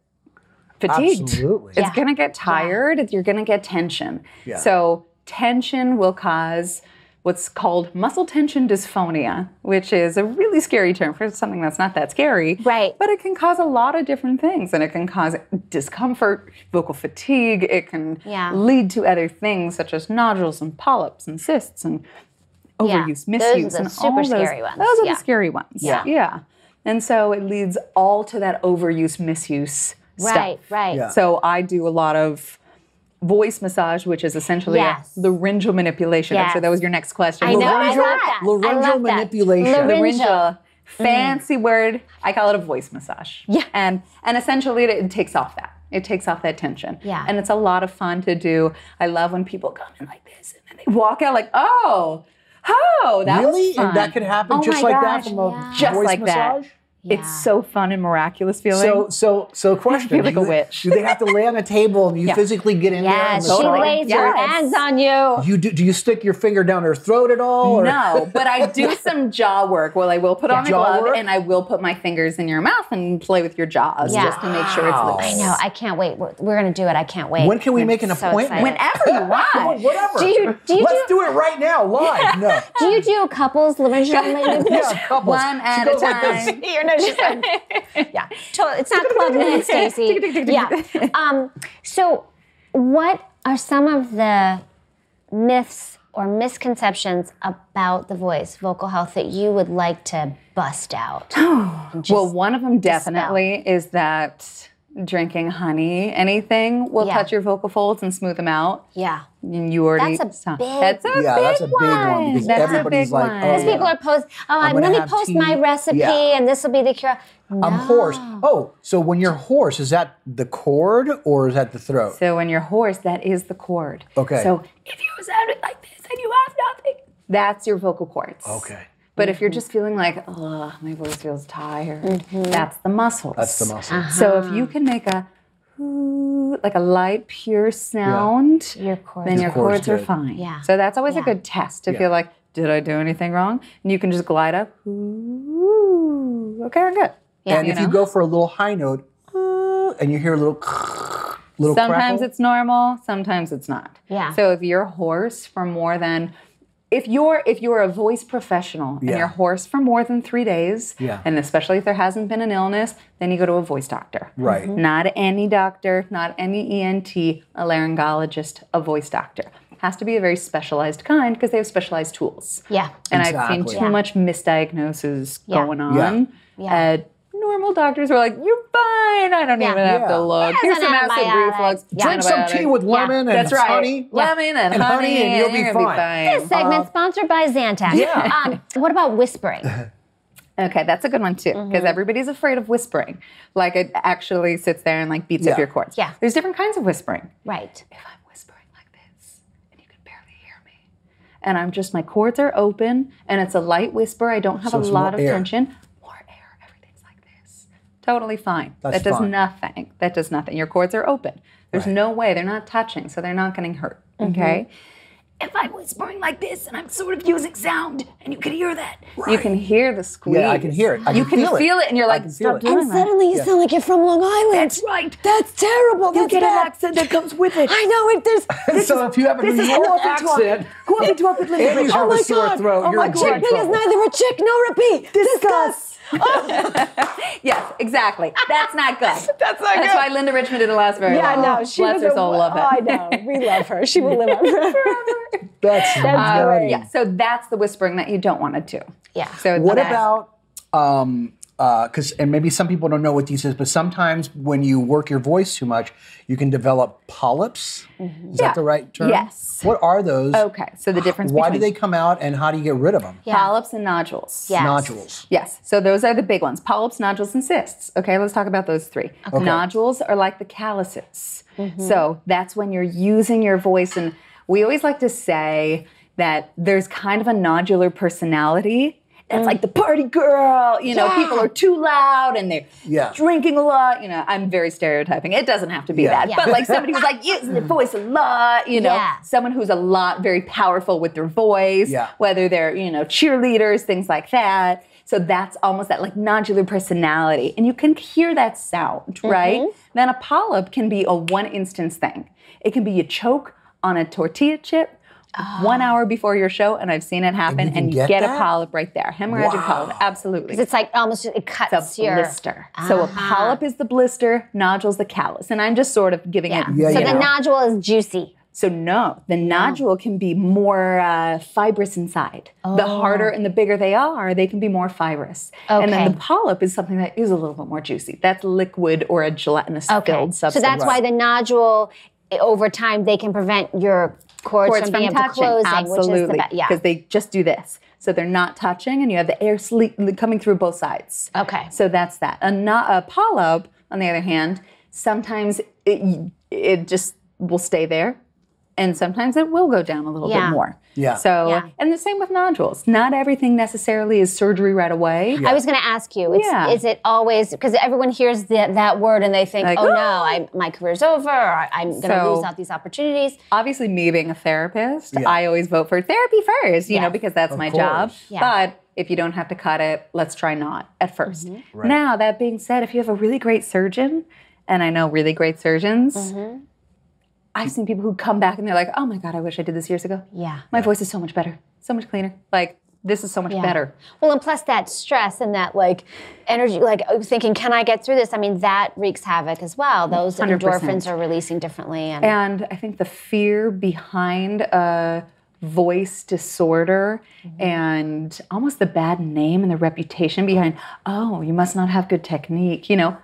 [SPEAKER 2] fatigued
[SPEAKER 1] Absolutely.
[SPEAKER 2] it's gonna get tired you're gonna get tension
[SPEAKER 1] Yeah.
[SPEAKER 2] so tension will cause what's called muscle tension dysphonia which is a really scary term for something that's not that scary
[SPEAKER 4] Right.
[SPEAKER 2] but it can cause a lot of different things and it can cause discomfort vocal fatigue it can
[SPEAKER 4] Yeah.
[SPEAKER 2] lead to other things such as nodules and polyps and cysts and
[SPEAKER 4] Yeah.
[SPEAKER 2] overuse,
[SPEAKER 4] Those are
[SPEAKER 2] misuse,
[SPEAKER 4] the
[SPEAKER 2] and
[SPEAKER 4] super
[SPEAKER 2] all those,
[SPEAKER 4] scary ones.
[SPEAKER 2] Those are
[SPEAKER 4] Yeah.
[SPEAKER 2] the scary ones.
[SPEAKER 4] Yeah.
[SPEAKER 2] yeah. And so it leads all to that overuse, misuse stuff.
[SPEAKER 4] Right, right.
[SPEAKER 1] Yeah.
[SPEAKER 2] So I do a lot of voice massage, which is essentially
[SPEAKER 4] Yes.
[SPEAKER 2] a laryngeal manipulation. I'm
[SPEAKER 4] Yes.
[SPEAKER 2] sure that was your next question.
[SPEAKER 4] I know. I love
[SPEAKER 1] Laryngeal-
[SPEAKER 4] that. I
[SPEAKER 1] laryngeal
[SPEAKER 4] love that.
[SPEAKER 1] manipulation.
[SPEAKER 4] Laryngeal.
[SPEAKER 2] Laryngeal. Fancy word. I call it a voice massage.
[SPEAKER 4] Mm. Yeah.
[SPEAKER 2] And and essentially it, it takes off that. It takes off that tension.
[SPEAKER 4] Yeah.
[SPEAKER 2] And it's a lot of fun to do. I love when people come in like this and then they walk out like, oh, oh, that was
[SPEAKER 1] really?
[SPEAKER 2] fun.
[SPEAKER 1] And that could happen
[SPEAKER 2] Oh
[SPEAKER 1] just
[SPEAKER 2] my
[SPEAKER 1] like that
[SPEAKER 2] gosh,
[SPEAKER 1] from a
[SPEAKER 2] Just
[SPEAKER 1] voice
[SPEAKER 2] like that.
[SPEAKER 1] massage?
[SPEAKER 4] Yeah.
[SPEAKER 2] It's so fun and miraculous feeling.
[SPEAKER 1] So, so, so, question.
[SPEAKER 2] feel like
[SPEAKER 1] do
[SPEAKER 2] a
[SPEAKER 1] they-
[SPEAKER 2] witch.
[SPEAKER 1] Do they have to lay on a table and you
[SPEAKER 2] Yeah.
[SPEAKER 1] physically get in there?
[SPEAKER 4] Yeah,
[SPEAKER 1] and
[SPEAKER 4] she
[SPEAKER 1] massage?
[SPEAKER 2] totally.
[SPEAKER 4] lays her
[SPEAKER 2] Yes.
[SPEAKER 4] hands on you.
[SPEAKER 1] You do, do you stick your finger down her throat at all? Or?
[SPEAKER 2] no, but I do some jaw work. Well, I will put on a
[SPEAKER 1] Jaw
[SPEAKER 2] glove
[SPEAKER 1] work?
[SPEAKER 2] and I will put my fingers in your mouth and play with your jaws
[SPEAKER 4] Yeah.
[SPEAKER 2] just to make sure it's
[SPEAKER 1] Wow.
[SPEAKER 2] loose.
[SPEAKER 4] I know. I can't wait. We're, we're gonna do it. I can't wait.
[SPEAKER 1] When can we
[SPEAKER 4] I'm
[SPEAKER 1] make an
[SPEAKER 4] so
[SPEAKER 1] appointment?
[SPEAKER 4] excited.
[SPEAKER 2] Whenever you
[SPEAKER 1] Come on,
[SPEAKER 2] want.
[SPEAKER 1] whatever.
[SPEAKER 4] Do you- do you
[SPEAKER 1] Let's do, it right now, live. No.
[SPEAKER 4] do you do couples laryngeal manipulation?
[SPEAKER 1] Yeah, couples.
[SPEAKER 2] One
[SPEAKER 1] She
[SPEAKER 2] at a
[SPEAKER 1] goes like this.
[SPEAKER 2] time.
[SPEAKER 6] You're not just like,
[SPEAKER 4] yeah. To- It's not club med, Stacey. yeah. Um, so, what are some of the myths or misconceptions about the voice, vocal health, that you would like to bust out?
[SPEAKER 2] Well, one of them definitely is that drinking honey, anything will
[SPEAKER 4] Yeah.
[SPEAKER 2] touch your vocal folds and smooth them out.
[SPEAKER 4] yeah.
[SPEAKER 2] And you already
[SPEAKER 4] That's a
[SPEAKER 2] sound-
[SPEAKER 4] big-
[SPEAKER 2] that's a
[SPEAKER 1] Yeah,
[SPEAKER 2] big
[SPEAKER 1] that's a big one because
[SPEAKER 2] That's a
[SPEAKER 1] everybody's
[SPEAKER 2] big
[SPEAKER 1] like,
[SPEAKER 2] one.
[SPEAKER 1] oh,
[SPEAKER 2] Because
[SPEAKER 1] yeah.
[SPEAKER 4] People are post. Oh,
[SPEAKER 1] I'm
[SPEAKER 4] I'm,
[SPEAKER 1] gonna
[SPEAKER 4] going to
[SPEAKER 1] have
[SPEAKER 4] post
[SPEAKER 1] tea."
[SPEAKER 4] my recipe,
[SPEAKER 1] Yeah.
[SPEAKER 4] and this will be the cure.
[SPEAKER 1] I'm hoarse. Oh, so when you're hoarse, is that the cord or is that the throat?
[SPEAKER 2] So when you're hoarse, that is the cord.
[SPEAKER 1] Okay.
[SPEAKER 2] So if you sounded like this and you have nothing, that's your vocal cords.
[SPEAKER 1] Okay.
[SPEAKER 2] But if you're
[SPEAKER 4] Mm-hmm.
[SPEAKER 2] just feeling like, oh, my voice feels tired, that's the muscles.
[SPEAKER 1] That's the muscle.
[SPEAKER 2] So if
[SPEAKER 4] Uh-huh.
[SPEAKER 2] you can make a "Ooh," like a light, pure sound,
[SPEAKER 4] Your cord.
[SPEAKER 2] then your,
[SPEAKER 1] chords
[SPEAKER 2] chords are
[SPEAKER 1] good.
[SPEAKER 2] fine.
[SPEAKER 4] Yeah.
[SPEAKER 2] So that's always a
[SPEAKER 4] Yeah.
[SPEAKER 2] good test to feel like, did I do anything wrong? And you can just glide up. Ooh, okay, I'm good.
[SPEAKER 1] and
[SPEAKER 2] you
[SPEAKER 1] if you
[SPEAKER 2] know?
[SPEAKER 1] go for a little high note, uh, and you hear a little, little
[SPEAKER 2] Sometimes
[SPEAKER 1] crackle,
[SPEAKER 2] it's normal, sometimes it's not.
[SPEAKER 4] Yeah.
[SPEAKER 2] So if you're hoarse for more than if you're if you're a voice professional
[SPEAKER 1] Yeah.
[SPEAKER 2] and you're hoarse for more than three days,
[SPEAKER 1] Yeah.
[SPEAKER 2] and especially if there hasn't been an illness, then you go to a voice doctor.
[SPEAKER 1] Right. Mhm.
[SPEAKER 2] Not any doctor, not any ENT, a laryngologist, a voice doctor. Has to be a very specialized kind because they have specialized tools.
[SPEAKER 4] Yeah.
[SPEAKER 2] And I've seen
[SPEAKER 1] Exactly.
[SPEAKER 2] too
[SPEAKER 1] Yeah.
[SPEAKER 2] much misdiagnoses
[SPEAKER 4] Yeah.
[SPEAKER 2] going
[SPEAKER 1] Yeah.
[SPEAKER 2] on.
[SPEAKER 4] Yeah.
[SPEAKER 2] Uh, normal doctors were like, "You're fine. I don't
[SPEAKER 4] Yeah.
[SPEAKER 2] even have
[SPEAKER 1] Yeah.
[SPEAKER 2] to look. Here's some
[SPEAKER 4] an
[SPEAKER 2] acid
[SPEAKER 4] antibiotic.
[SPEAKER 2] reflux.
[SPEAKER 4] Yeah.
[SPEAKER 1] Drink some tea
[SPEAKER 2] antibiotic.
[SPEAKER 1] with lemon and
[SPEAKER 2] That's right.
[SPEAKER 1] honey.
[SPEAKER 2] Lemon and,
[SPEAKER 1] And honey, and you'll be
[SPEAKER 2] you're
[SPEAKER 1] fine.
[SPEAKER 2] gonna
[SPEAKER 4] This segment sponsored by Zantac.
[SPEAKER 1] Yeah.
[SPEAKER 4] Um, what about whispering?
[SPEAKER 2] Okay, that's a good one too, because
[SPEAKER 1] Mm-hmm.
[SPEAKER 2] everybody's afraid of whispering. Like it actually sits there and like beats
[SPEAKER 1] Yeah.
[SPEAKER 2] up your cords.
[SPEAKER 4] Yeah.
[SPEAKER 2] There's different kinds of whispering.
[SPEAKER 4] right.
[SPEAKER 2] If I'm whispering like this and you can barely hear me, and I'm just my cords are open and it's a light whisper, I don't have
[SPEAKER 1] So
[SPEAKER 2] a
[SPEAKER 1] it's
[SPEAKER 2] lot
[SPEAKER 1] more
[SPEAKER 2] of
[SPEAKER 1] air.
[SPEAKER 2] tension. More air, everything's like this. Totally fine.
[SPEAKER 1] That's
[SPEAKER 2] that does
[SPEAKER 1] fine.
[SPEAKER 2] nothing. That does nothing. Your cords are open. There's no way they're not touching, so they're not getting hurt. Okay. If I'm whispering like this and I'm sort of using sound and you can hear that, you can hear the squeeze.
[SPEAKER 1] Yeah, I can hear it. I
[SPEAKER 2] you
[SPEAKER 1] can
[SPEAKER 2] can
[SPEAKER 1] feel it.
[SPEAKER 2] and you're
[SPEAKER 1] I
[SPEAKER 2] like,
[SPEAKER 1] can feel
[SPEAKER 2] stop
[SPEAKER 1] it."
[SPEAKER 2] doing
[SPEAKER 7] And
[SPEAKER 2] that."
[SPEAKER 7] suddenly you sound like you're from Long Island.
[SPEAKER 2] That's right.
[SPEAKER 7] That's terrible.
[SPEAKER 2] You
[SPEAKER 7] That's
[SPEAKER 2] get
[SPEAKER 7] bad.
[SPEAKER 2] an accent that comes with it.
[SPEAKER 7] I know. If there's this
[SPEAKER 1] so
[SPEAKER 7] is-
[SPEAKER 1] if you have a
[SPEAKER 7] this
[SPEAKER 1] New
[SPEAKER 7] is- go
[SPEAKER 1] York
[SPEAKER 7] up into a-
[SPEAKER 1] accent,
[SPEAKER 2] Go up into up with
[SPEAKER 1] and you
[SPEAKER 2] Elizabeth.
[SPEAKER 1] have
[SPEAKER 7] my
[SPEAKER 1] a sore
[SPEAKER 7] God.
[SPEAKER 1] throat,
[SPEAKER 2] Oh
[SPEAKER 1] you're
[SPEAKER 2] my
[SPEAKER 1] in
[SPEAKER 2] God.
[SPEAKER 1] big
[SPEAKER 7] Chickpea is
[SPEAKER 1] trouble.
[SPEAKER 7] neither a chick nor a pea. Discuss.
[SPEAKER 2] Yes, exactly. That's not good. That's not good. That's why Linda Richmond did it last very
[SPEAKER 7] Yeah, I
[SPEAKER 2] long.
[SPEAKER 7] know. She
[SPEAKER 2] Bless
[SPEAKER 7] was
[SPEAKER 2] her
[SPEAKER 7] a-
[SPEAKER 2] soul, love it.
[SPEAKER 7] Oh, I know. We love her. She will live on forever.
[SPEAKER 1] That's,
[SPEAKER 7] That's
[SPEAKER 1] nutty.
[SPEAKER 7] great.
[SPEAKER 2] Uh, Yeah, so that's the whispering that you don't want to do.
[SPEAKER 4] Yeah.
[SPEAKER 2] So
[SPEAKER 1] What
[SPEAKER 2] that's-
[SPEAKER 1] about um because and maybe some people don't know what these is, but sometimes when you work your voice too much, you can develop polyps. Is
[SPEAKER 2] Mm-hmm. Yeah.
[SPEAKER 1] that the right term?
[SPEAKER 2] Yes.
[SPEAKER 1] What are those?
[SPEAKER 2] Okay, so the difference
[SPEAKER 1] Why do
[SPEAKER 2] between
[SPEAKER 1] they come out, and how do you get rid of them?
[SPEAKER 2] polyps and nodules?
[SPEAKER 4] Yes.
[SPEAKER 1] Nodules.
[SPEAKER 2] Yes. So those are the big ones polyps, nodules, and cysts. Okay, let's talk about those three. Nodules are like the calluses.
[SPEAKER 1] Mm-hmm.
[SPEAKER 2] So that's when you're using your voice. And we always like to say that there's kind of a nodular personality. That's
[SPEAKER 1] Mm.
[SPEAKER 2] like the party girl, you know, people are too loud and they're
[SPEAKER 1] Yeah.
[SPEAKER 2] drinking a lot. You know, I'm very stereotyping. It doesn't have to be
[SPEAKER 1] Yeah.
[SPEAKER 2] that.
[SPEAKER 4] Yeah.
[SPEAKER 2] But like somebody who's like using their voice a lot, you know,
[SPEAKER 4] Yeah.
[SPEAKER 2] someone who's a lot very powerful with their voice,
[SPEAKER 1] Yeah.
[SPEAKER 2] whether they're, you know, cheerleaders, things like that. So that's almost that like nodular personality. And you can hear that sound, right? Then a polyp can be a one instance thing. It can be you choke on a tortilla chip one hour before your show, and I've seen it happen, and
[SPEAKER 1] you can
[SPEAKER 2] you,
[SPEAKER 1] get
[SPEAKER 2] get, a
[SPEAKER 1] that?
[SPEAKER 2] polyp right there. Hemorrhagic
[SPEAKER 1] Wow.
[SPEAKER 2] polyp, absolutely.
[SPEAKER 4] It's like almost it cuts
[SPEAKER 2] It's a
[SPEAKER 4] your.
[SPEAKER 2] blister. So a polyp is the blister, nodule's the callus. And I'm just sort of giving
[SPEAKER 4] Yeah.
[SPEAKER 2] it.
[SPEAKER 1] Yeah,
[SPEAKER 4] so
[SPEAKER 1] yeah.
[SPEAKER 4] the nodule is juicy.
[SPEAKER 2] So no, the nodule can be more uh, fibrous inside. The harder and the bigger they are, they can be more fibrous. And then
[SPEAKER 4] Okay.
[SPEAKER 2] the polyp is something that is a little bit more juicy. That's liquid or a gelatinous
[SPEAKER 4] Okay.
[SPEAKER 2] filled
[SPEAKER 4] So
[SPEAKER 2] substance.
[SPEAKER 4] that's why the nodule, i- over time, they can prevent your cords,
[SPEAKER 2] cords
[SPEAKER 4] from
[SPEAKER 2] from
[SPEAKER 4] being able to
[SPEAKER 2] touching.
[SPEAKER 4] closing, which is the
[SPEAKER 2] Absolutely,
[SPEAKER 4] best. Yeah.
[SPEAKER 2] because they just do this. So they're not touching, and you have the air sle- coming through both sides.
[SPEAKER 4] Okay.
[SPEAKER 2] So that's that. A, no- a polyp, on the other hand, sometimes it, it just will stay there, and sometimes it will go down a little
[SPEAKER 4] Yeah.
[SPEAKER 2] bit more.
[SPEAKER 1] Yeah.
[SPEAKER 2] So,
[SPEAKER 4] Yeah.
[SPEAKER 2] and the same with nodules. Not everything necessarily is surgery right away.
[SPEAKER 4] I was going to ask you, it's,
[SPEAKER 2] Yeah.
[SPEAKER 4] is it always because everyone hears the, that word and they think,
[SPEAKER 2] Like,
[SPEAKER 4] oh no,
[SPEAKER 2] "Oh."
[SPEAKER 4] I, my career's over, or I- I'm going to
[SPEAKER 2] So-
[SPEAKER 4] lose out these opportunities.
[SPEAKER 2] obviously me being a therapist,
[SPEAKER 1] Yeah.
[SPEAKER 2] I always vote for therapy first, you know,
[SPEAKER 4] Yes.
[SPEAKER 2] because that's
[SPEAKER 1] Of
[SPEAKER 2] my
[SPEAKER 1] course.
[SPEAKER 2] job.
[SPEAKER 4] Yeah. Mm-hmm.
[SPEAKER 2] But if you don't have to cut it, let's try not at 1st Now, that being said, if you have a really great surgeon, and I know really great surgeons,
[SPEAKER 4] Mm-hmm.
[SPEAKER 2] I've seen people who come back and they're like, oh my God, I wish I did this years ago.
[SPEAKER 4] Yeah.
[SPEAKER 2] My voice is so much better, so much cleaner. Like, this is so much
[SPEAKER 4] Yeah.
[SPEAKER 2] better.
[SPEAKER 4] Well, and plus that stress and that like energy, like uh, thinking, can I get through this? I mean, that wreaks havoc as well. Those
[SPEAKER 2] 100%.
[SPEAKER 4] endorphins are releasing differently. And,
[SPEAKER 2] And I think the fear behind a voice disorder
[SPEAKER 4] Mm-hmm.
[SPEAKER 2] and almost the bad name and the reputation behind, oh, you must not have good technique, you know,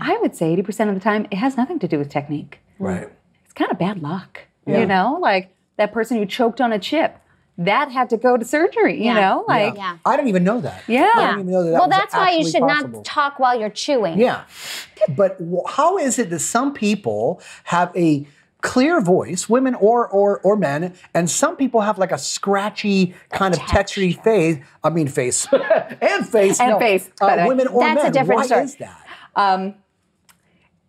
[SPEAKER 2] I would say 80% of the time it has nothing to do with technique.
[SPEAKER 1] Right.
[SPEAKER 2] It's kind of bad luck, you know, like that person who choked on a chip. That had to go to surgery, you know? Like,
[SPEAKER 4] Yeah.
[SPEAKER 1] I didn't even know that.
[SPEAKER 2] Yeah.
[SPEAKER 1] I didn't even know that. that
[SPEAKER 4] well,
[SPEAKER 1] was
[SPEAKER 4] that's why you
[SPEAKER 1] actually
[SPEAKER 4] should
[SPEAKER 1] possible.
[SPEAKER 4] not talk while you're chewing.
[SPEAKER 1] Yeah. But w- how is it that some people have a clear voice, women or or or men, and some people have like a scratchy kind of textury face, I mean face. and face.
[SPEAKER 2] And
[SPEAKER 1] no,
[SPEAKER 2] face, by the
[SPEAKER 1] Uh,
[SPEAKER 2] way.
[SPEAKER 1] women or
[SPEAKER 4] That's a
[SPEAKER 1] men.
[SPEAKER 4] different
[SPEAKER 1] why
[SPEAKER 4] story.
[SPEAKER 1] is that?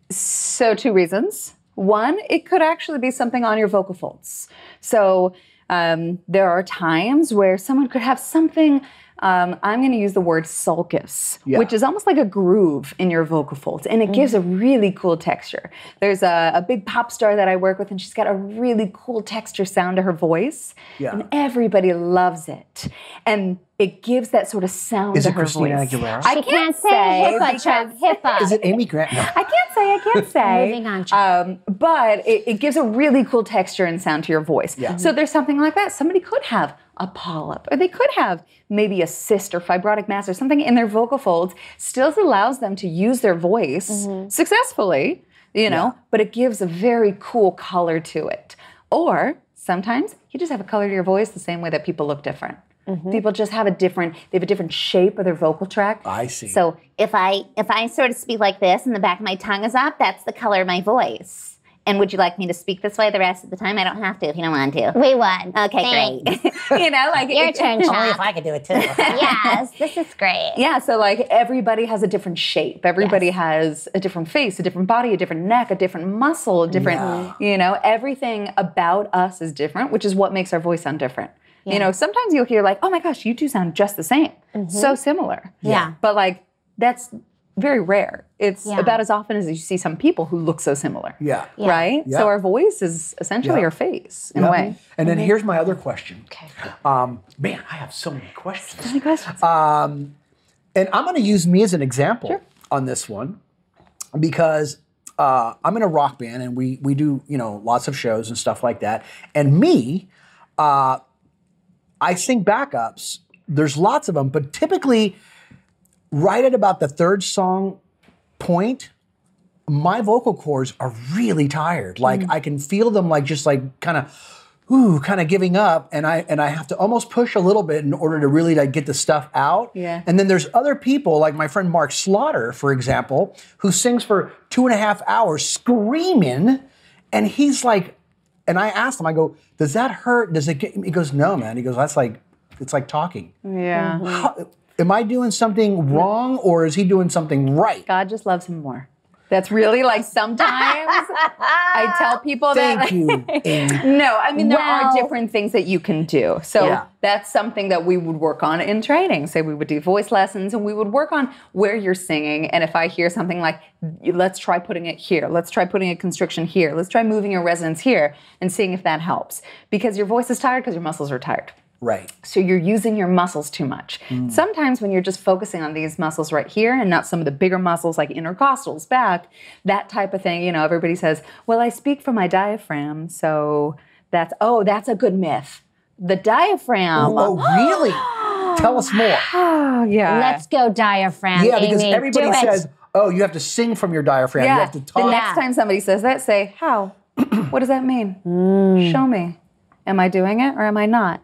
[SPEAKER 2] So, two reasons. One, it could actually be something on your vocal folds. So, um, there are times where someone could have something. Um, I'm going to use the word sulcus, which is almost like a groove in your vocal folds, and it gives a
[SPEAKER 1] Mm-hmm.
[SPEAKER 2] really cool texture. There's a, a big pop star that I work with, and she's got a really cool texture sound to her voice,
[SPEAKER 1] Yeah.
[SPEAKER 2] and everybody loves it. And it gives that sort of sound
[SPEAKER 1] Is
[SPEAKER 2] to
[SPEAKER 1] it
[SPEAKER 2] her
[SPEAKER 1] Christina
[SPEAKER 2] voice.
[SPEAKER 1] Aguilera?
[SPEAKER 2] I
[SPEAKER 4] You
[SPEAKER 2] can't,
[SPEAKER 4] can't say
[SPEAKER 2] say
[SPEAKER 4] HIPAA, Chuck, HIPAA.
[SPEAKER 1] Is it Amy Grant? No.
[SPEAKER 2] I can't say. I can't say.
[SPEAKER 4] Moving on,
[SPEAKER 2] Um, but it, it gives a really cool texture and sound to your voice. So there's something like that. Somebody could have a polyp, or they could have maybe a cyst or fibrotic mass or something in their vocal folds, still allows them to use their voice
[SPEAKER 4] Mm-hmm.
[SPEAKER 2] successfully, you know, but it gives a very cool color to it. Or sometimes you just have a color to your voice the same way that people look different.
[SPEAKER 4] Mm-hmm.
[SPEAKER 2] People just have a different, they have a different shape of their vocal tract.
[SPEAKER 1] I see.
[SPEAKER 2] So
[SPEAKER 6] If I if I sort of speak like this and the back of my tongue is up, that's the color of my voice. And would you like me to speak this way the rest of the time? I don't have to if you don't want to.
[SPEAKER 4] We won.
[SPEAKER 6] Okay,
[SPEAKER 4] Thanks.
[SPEAKER 6] great.
[SPEAKER 2] you know, like
[SPEAKER 4] Your turn,
[SPEAKER 8] Only
[SPEAKER 4] Chop.
[SPEAKER 8] if I could do it too.
[SPEAKER 4] yes, this is great.
[SPEAKER 2] Yeah, so like everybody has a different shape. Everybody has a different face, a different body, a different neck, a different muscle, a different, you know, everything about us is different, which is what makes our voice sound different. You know, sometimes you'll hear like, oh my gosh, you two sound just the same, so similar.
[SPEAKER 4] Yeah.
[SPEAKER 2] But like, that's very rare. It's
[SPEAKER 4] Yeah.
[SPEAKER 2] about as often as you see some people who look so similar.
[SPEAKER 1] Yeah.
[SPEAKER 2] Right?
[SPEAKER 1] Yeah.
[SPEAKER 2] So our voice is essentially
[SPEAKER 1] Yeah.
[SPEAKER 2] our face in a
[SPEAKER 1] Yep.
[SPEAKER 2] way.
[SPEAKER 1] Um, And then here's my other question. Okay. Um, man, I have so many questions.
[SPEAKER 2] Any questions?
[SPEAKER 1] And I'm going to use me as an example on this one because uh, I'm in a rock band and we we do you know lots of shows and stuff like that. And me, uh, I sing backups. There's lots of them, but typically, right at about the third song point, my vocal cords are really tired. Like I can feel them, like just like kind of. Ooh, kind of giving up, and I and I have to almost push a little bit in order to really like get the stuff out.
[SPEAKER 2] Yeah.
[SPEAKER 1] And then there's other people, like my friend Mark Slaughter, for example, who sings for two and a half hours screaming. And he's like, and I asked him, I go, does that hurt? Does it get, he goes, no, man. He goes, that's like, it's like talking.
[SPEAKER 2] yeah.
[SPEAKER 1] How- am I doing something wrong or is he doing something right?
[SPEAKER 2] God just loves him more. That's really like sometimes I tell people
[SPEAKER 1] Thank
[SPEAKER 2] that.
[SPEAKER 1] you. Amy.
[SPEAKER 2] No, I mean, there
[SPEAKER 4] Well-
[SPEAKER 2] are different things that you can do. So
[SPEAKER 1] Yeah.
[SPEAKER 2] that's something that we would work on in training. Say we would do voice lessons and we would work on where you're singing. And if I hear something like, let's try putting it here, let's try putting a constriction here, let's try moving your resonance here and seeing if that helps. Because your voice is tired because your muscles are tired.
[SPEAKER 1] right.
[SPEAKER 2] So you're using your muscles too much.
[SPEAKER 1] Mm.
[SPEAKER 2] Sometimes when you're just focusing on these muscles right here and not some of the bigger muscles like intercostals, back, that type of thing, you know, everybody says, well, I speak from my diaphragm. So that's, oh, that's a good myth. The diaphragm.
[SPEAKER 1] Oh, really? Tell us more.
[SPEAKER 2] Oh, yeah.
[SPEAKER 4] Let's go diaphragm,
[SPEAKER 1] Yeah, because
[SPEAKER 4] Amy.
[SPEAKER 1] everybody
[SPEAKER 4] Do it.
[SPEAKER 1] says, oh, you have to sing from your diaphragm. You have to talk.
[SPEAKER 2] The next time somebody says that, say, How? what does that mean?
[SPEAKER 1] Mm.
[SPEAKER 2] Show me. Am I doing it or am I not?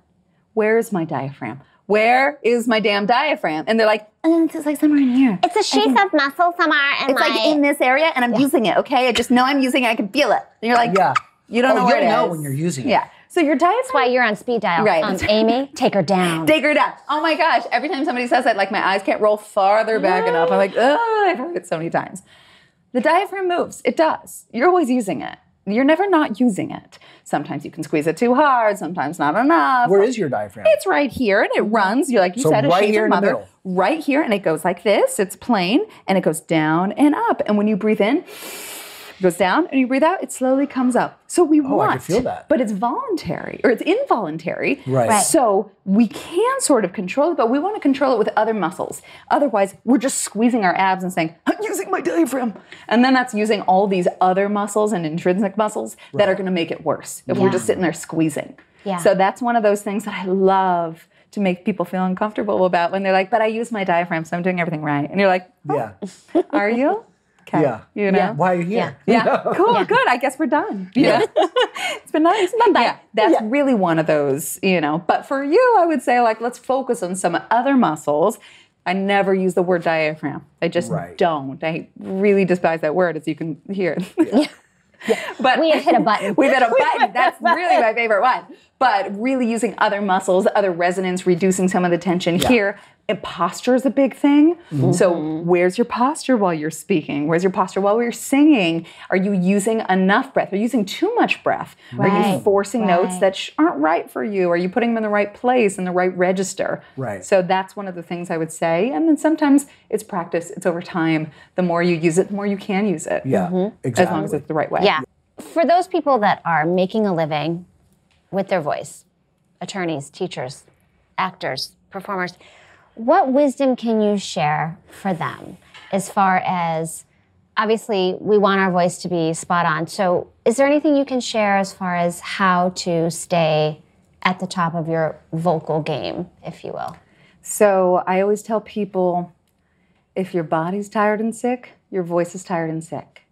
[SPEAKER 2] Where is my diaphragm? Where is my damn diaphragm? And they're like, "Uh, It's it's like somewhere in here.
[SPEAKER 4] It's a sheath of muscle somewhere in
[SPEAKER 2] It's like in this area and I'm using it, okay? I just know I'm using it. I can feel it. And you're like,
[SPEAKER 1] Yeah.
[SPEAKER 2] You don't
[SPEAKER 1] Oh,
[SPEAKER 2] know where
[SPEAKER 1] you'll
[SPEAKER 2] it
[SPEAKER 1] know
[SPEAKER 2] is.
[SPEAKER 1] when you're using it.
[SPEAKER 2] Yeah. So your diaphragm.
[SPEAKER 4] Why you're on speed dial.
[SPEAKER 2] Right.
[SPEAKER 4] Um, Amy, take her down.
[SPEAKER 2] Take her down. Oh my gosh. Every time somebody says that, like my eyes can't roll farther back enough. I'm like, oh, I've heard it so many times. The diaphragm moves. It does. You're always using it. You're never not using it. Sometimes you can squeeze it too hard, sometimes not enough.
[SPEAKER 1] Where is your diaphragm?
[SPEAKER 2] it's right here and it runs. You're like you
[SPEAKER 1] Mm-hmm. So
[SPEAKER 2] said, a
[SPEAKER 1] right
[SPEAKER 2] shape
[SPEAKER 1] here
[SPEAKER 2] of
[SPEAKER 1] in the
[SPEAKER 2] mother.
[SPEAKER 1] middle.
[SPEAKER 2] Right here, and it goes like this. It's plain, and it goes down and up. And when you breathe in, it goes down, and you breathe out, it slowly comes up. So we
[SPEAKER 1] Oh, can
[SPEAKER 2] want,
[SPEAKER 1] feel that.
[SPEAKER 2] but it's voluntary or it's involuntary.
[SPEAKER 1] Right. Right.
[SPEAKER 2] So we can sort of control it, but we want to control it with other muscles. Otherwise, we're just squeezing our abs and saying, "I'm using my diaphragm," and then that's using all these other muscles and intrinsic muscles that are going to make it worse if we're
[SPEAKER 4] Yeah.
[SPEAKER 2] just sitting there squeezing.
[SPEAKER 4] Yeah.
[SPEAKER 2] So that's one of those things that I love to make people feel uncomfortable about when they're like, but I use my diaphragm, so I'm doing everything right. And you're like,
[SPEAKER 1] yeah.
[SPEAKER 2] are you? Okay.
[SPEAKER 1] Yeah.
[SPEAKER 2] You know?
[SPEAKER 1] Why are you here?
[SPEAKER 2] Yeah. Cool. Good. I guess we're done. Yeah. it's been nice. Bye-bye. Yeah. That's really one of those, you know. But for you, I would say like let's focus on some other muscles. I never use the word diaphragm. I just
[SPEAKER 1] Right.
[SPEAKER 2] don't. I really despise that word, as you can hear. But
[SPEAKER 4] We have hit a button.
[SPEAKER 2] We've hit a button. That's really my favorite one. But really using other muscles, other resonance, reducing some of the tension here. And posture is a big thing.
[SPEAKER 1] Mm-hmm.
[SPEAKER 2] So, where's your posture while you're speaking? Where's your posture while you're singing? Are you using enough breath? Are you using too much breath? Are you
[SPEAKER 4] Right.
[SPEAKER 2] forcing notes
[SPEAKER 4] Right.
[SPEAKER 2] that sh- aren't right for you? Are you putting them in the right place, in the right register?
[SPEAKER 1] Right.
[SPEAKER 2] So, that's one of the things I would say. And then sometimes it's practice, it's over time. The more you use it, the more you can use it.
[SPEAKER 1] Yeah. Exactly.
[SPEAKER 2] As long as it's the right way.
[SPEAKER 4] Yeah. For those people that are making a living with their voice, attorneys, teachers, actors, performers, what wisdom can you share for them as far as obviously we want our voice to be spot on. So, is there anything you can share as far as how to stay at the top of your vocal game, if you will.
[SPEAKER 2] So I always tell people if your body's tired and sick, your voice is tired and sick.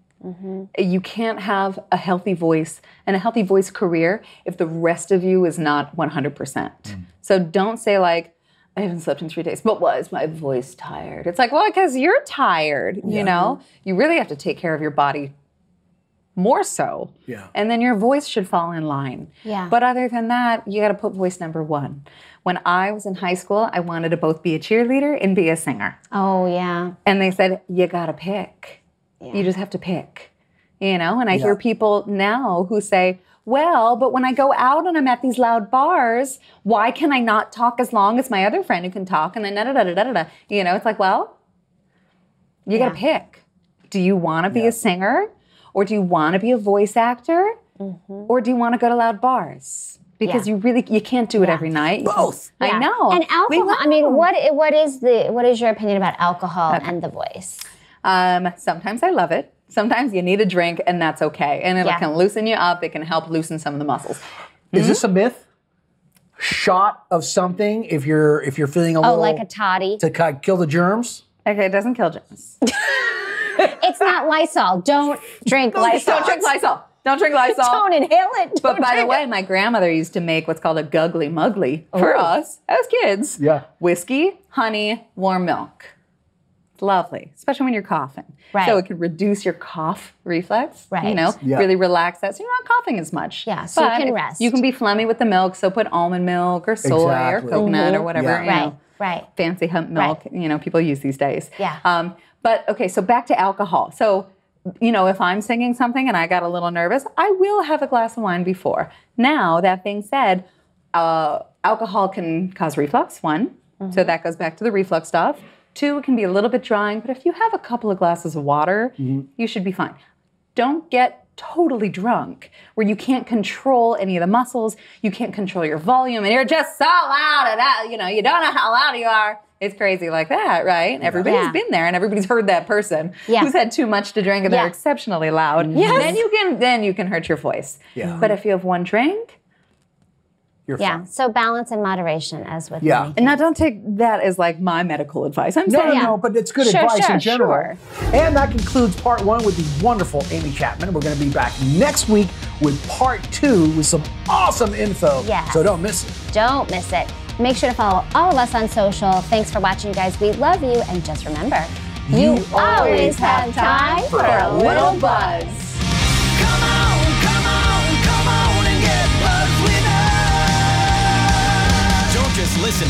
[SPEAKER 2] You can't have a healthy voice and a healthy voice career if the rest of you is not 100%. So don't say, like, I haven't slept in three days, but was my voice tired? It's like, well, because you're tired, you know? You really have to take care of your body more so.
[SPEAKER 1] Yeah.
[SPEAKER 2] And then your voice should fall in line.
[SPEAKER 4] Yeah.
[SPEAKER 2] But other than that, you got to put voice number one. When I was in high school, I wanted to both be a cheerleader and be a singer.
[SPEAKER 4] Oh, yeah.
[SPEAKER 2] And they said, you got to pick. You just have to pick. You know, and I hear people now who say, well, but when I go out and I'm at these loud bars, why can I not talk as long as my other friend who can talk? And then da da da da da da. You know, it's like, well, you got to pick. Do you want to be a singer? Or do you want to be a voice actor? Or do you want to go to loud bars? Because
[SPEAKER 4] Mm-hmm. Yeah.
[SPEAKER 2] you really you can't do it every night. Both. I
[SPEAKER 4] Yeah.
[SPEAKER 2] know.
[SPEAKER 4] And
[SPEAKER 2] We
[SPEAKER 4] alcohol. I mean,
[SPEAKER 2] know.
[SPEAKER 4] what i- what is the what is your opinion about alcohol and the voice?
[SPEAKER 2] Um, sometimes I love it. Sometimes you need a drink, and that's okay. And it
[SPEAKER 4] Yeah.
[SPEAKER 2] can loosen you up. It can help loosen some of the muscles.
[SPEAKER 1] Is this a myth? Shot of something if you're if you're feeling a
[SPEAKER 4] Oh,
[SPEAKER 1] little
[SPEAKER 4] like a toddy.
[SPEAKER 1] to ki- kill the germs.
[SPEAKER 2] Okay, it doesn't kill germs.
[SPEAKER 4] It's not Lysol. Don't drink Lysol.
[SPEAKER 2] Don't drink Lysol. Don't drink Lysol.
[SPEAKER 4] Don't inhale it.
[SPEAKER 2] but by the way, my grandmother used to make what's called a guggly muggly for us as kids.
[SPEAKER 1] Yeah.
[SPEAKER 2] Whiskey, honey, warm milk. It's Lovely, especially when you're coughing.
[SPEAKER 4] Right.
[SPEAKER 2] So it could reduce your cough reflex. You
[SPEAKER 4] Right.
[SPEAKER 2] know,
[SPEAKER 1] Yeah.
[SPEAKER 2] really relax that, so you're not coughing as much.
[SPEAKER 4] Yeah, so you
[SPEAKER 2] But
[SPEAKER 4] can
[SPEAKER 2] if-
[SPEAKER 4] rest.
[SPEAKER 2] You can be phlegmy with the milk, so put almond milk or soy
[SPEAKER 1] Exactly.
[SPEAKER 2] or coconut or
[SPEAKER 1] Mhm.
[SPEAKER 2] whatever.
[SPEAKER 1] Yeah.
[SPEAKER 2] you know
[SPEAKER 4] right, right.
[SPEAKER 2] fancy hemp milk you know people use these days
[SPEAKER 4] Yeah.
[SPEAKER 2] um, but okay so back to alcohol so you know if i'm singing something and i got a little nervous i will have a glass of wine before now that being said uh, alcohol can cause reflux one so that goes back to the reflux stuff two it can be a little bit drying but if you have a couple of glasses of water you should be fine don't get totally drunk where you can't control any of the muscles you can't control your volume and you're just so loud and out, you know you don't know how loud you are it's crazy like that right everybody's
[SPEAKER 4] Yeah.
[SPEAKER 2] been there and everybody's heard that person
[SPEAKER 4] Yeah.
[SPEAKER 2] who's had too much to drink and
[SPEAKER 4] Yeah.
[SPEAKER 2] they're exceptionally loud then you can then you can hurt your voice
[SPEAKER 1] Yeah.
[SPEAKER 2] but if you have one drink
[SPEAKER 1] You're
[SPEAKER 4] Yeah.
[SPEAKER 1] fine.
[SPEAKER 4] So balance and moderation, as with
[SPEAKER 1] Yeah.
[SPEAKER 4] anything.
[SPEAKER 2] and now don't take that as like my medical advice i'm
[SPEAKER 1] No,
[SPEAKER 2] saying
[SPEAKER 1] no, no, but it's good
[SPEAKER 4] Sure,
[SPEAKER 1] advice
[SPEAKER 4] sure,
[SPEAKER 1] in general.
[SPEAKER 4] sure.
[SPEAKER 1] And that concludes part one with the wonderful Amy Chapman. We're going to be back next week with part two with some awesome info.
[SPEAKER 4] Yes.
[SPEAKER 1] So don't miss it.
[SPEAKER 4] Don't miss it. Make sure to follow all of us on social. Thanks for watching, you guys. We love you, and just remember,
[SPEAKER 1] You
[SPEAKER 4] always have time for a little
[SPEAKER 2] buzz
[SPEAKER 5] Come on, come on, come on and get buzzed with us. Don't just listen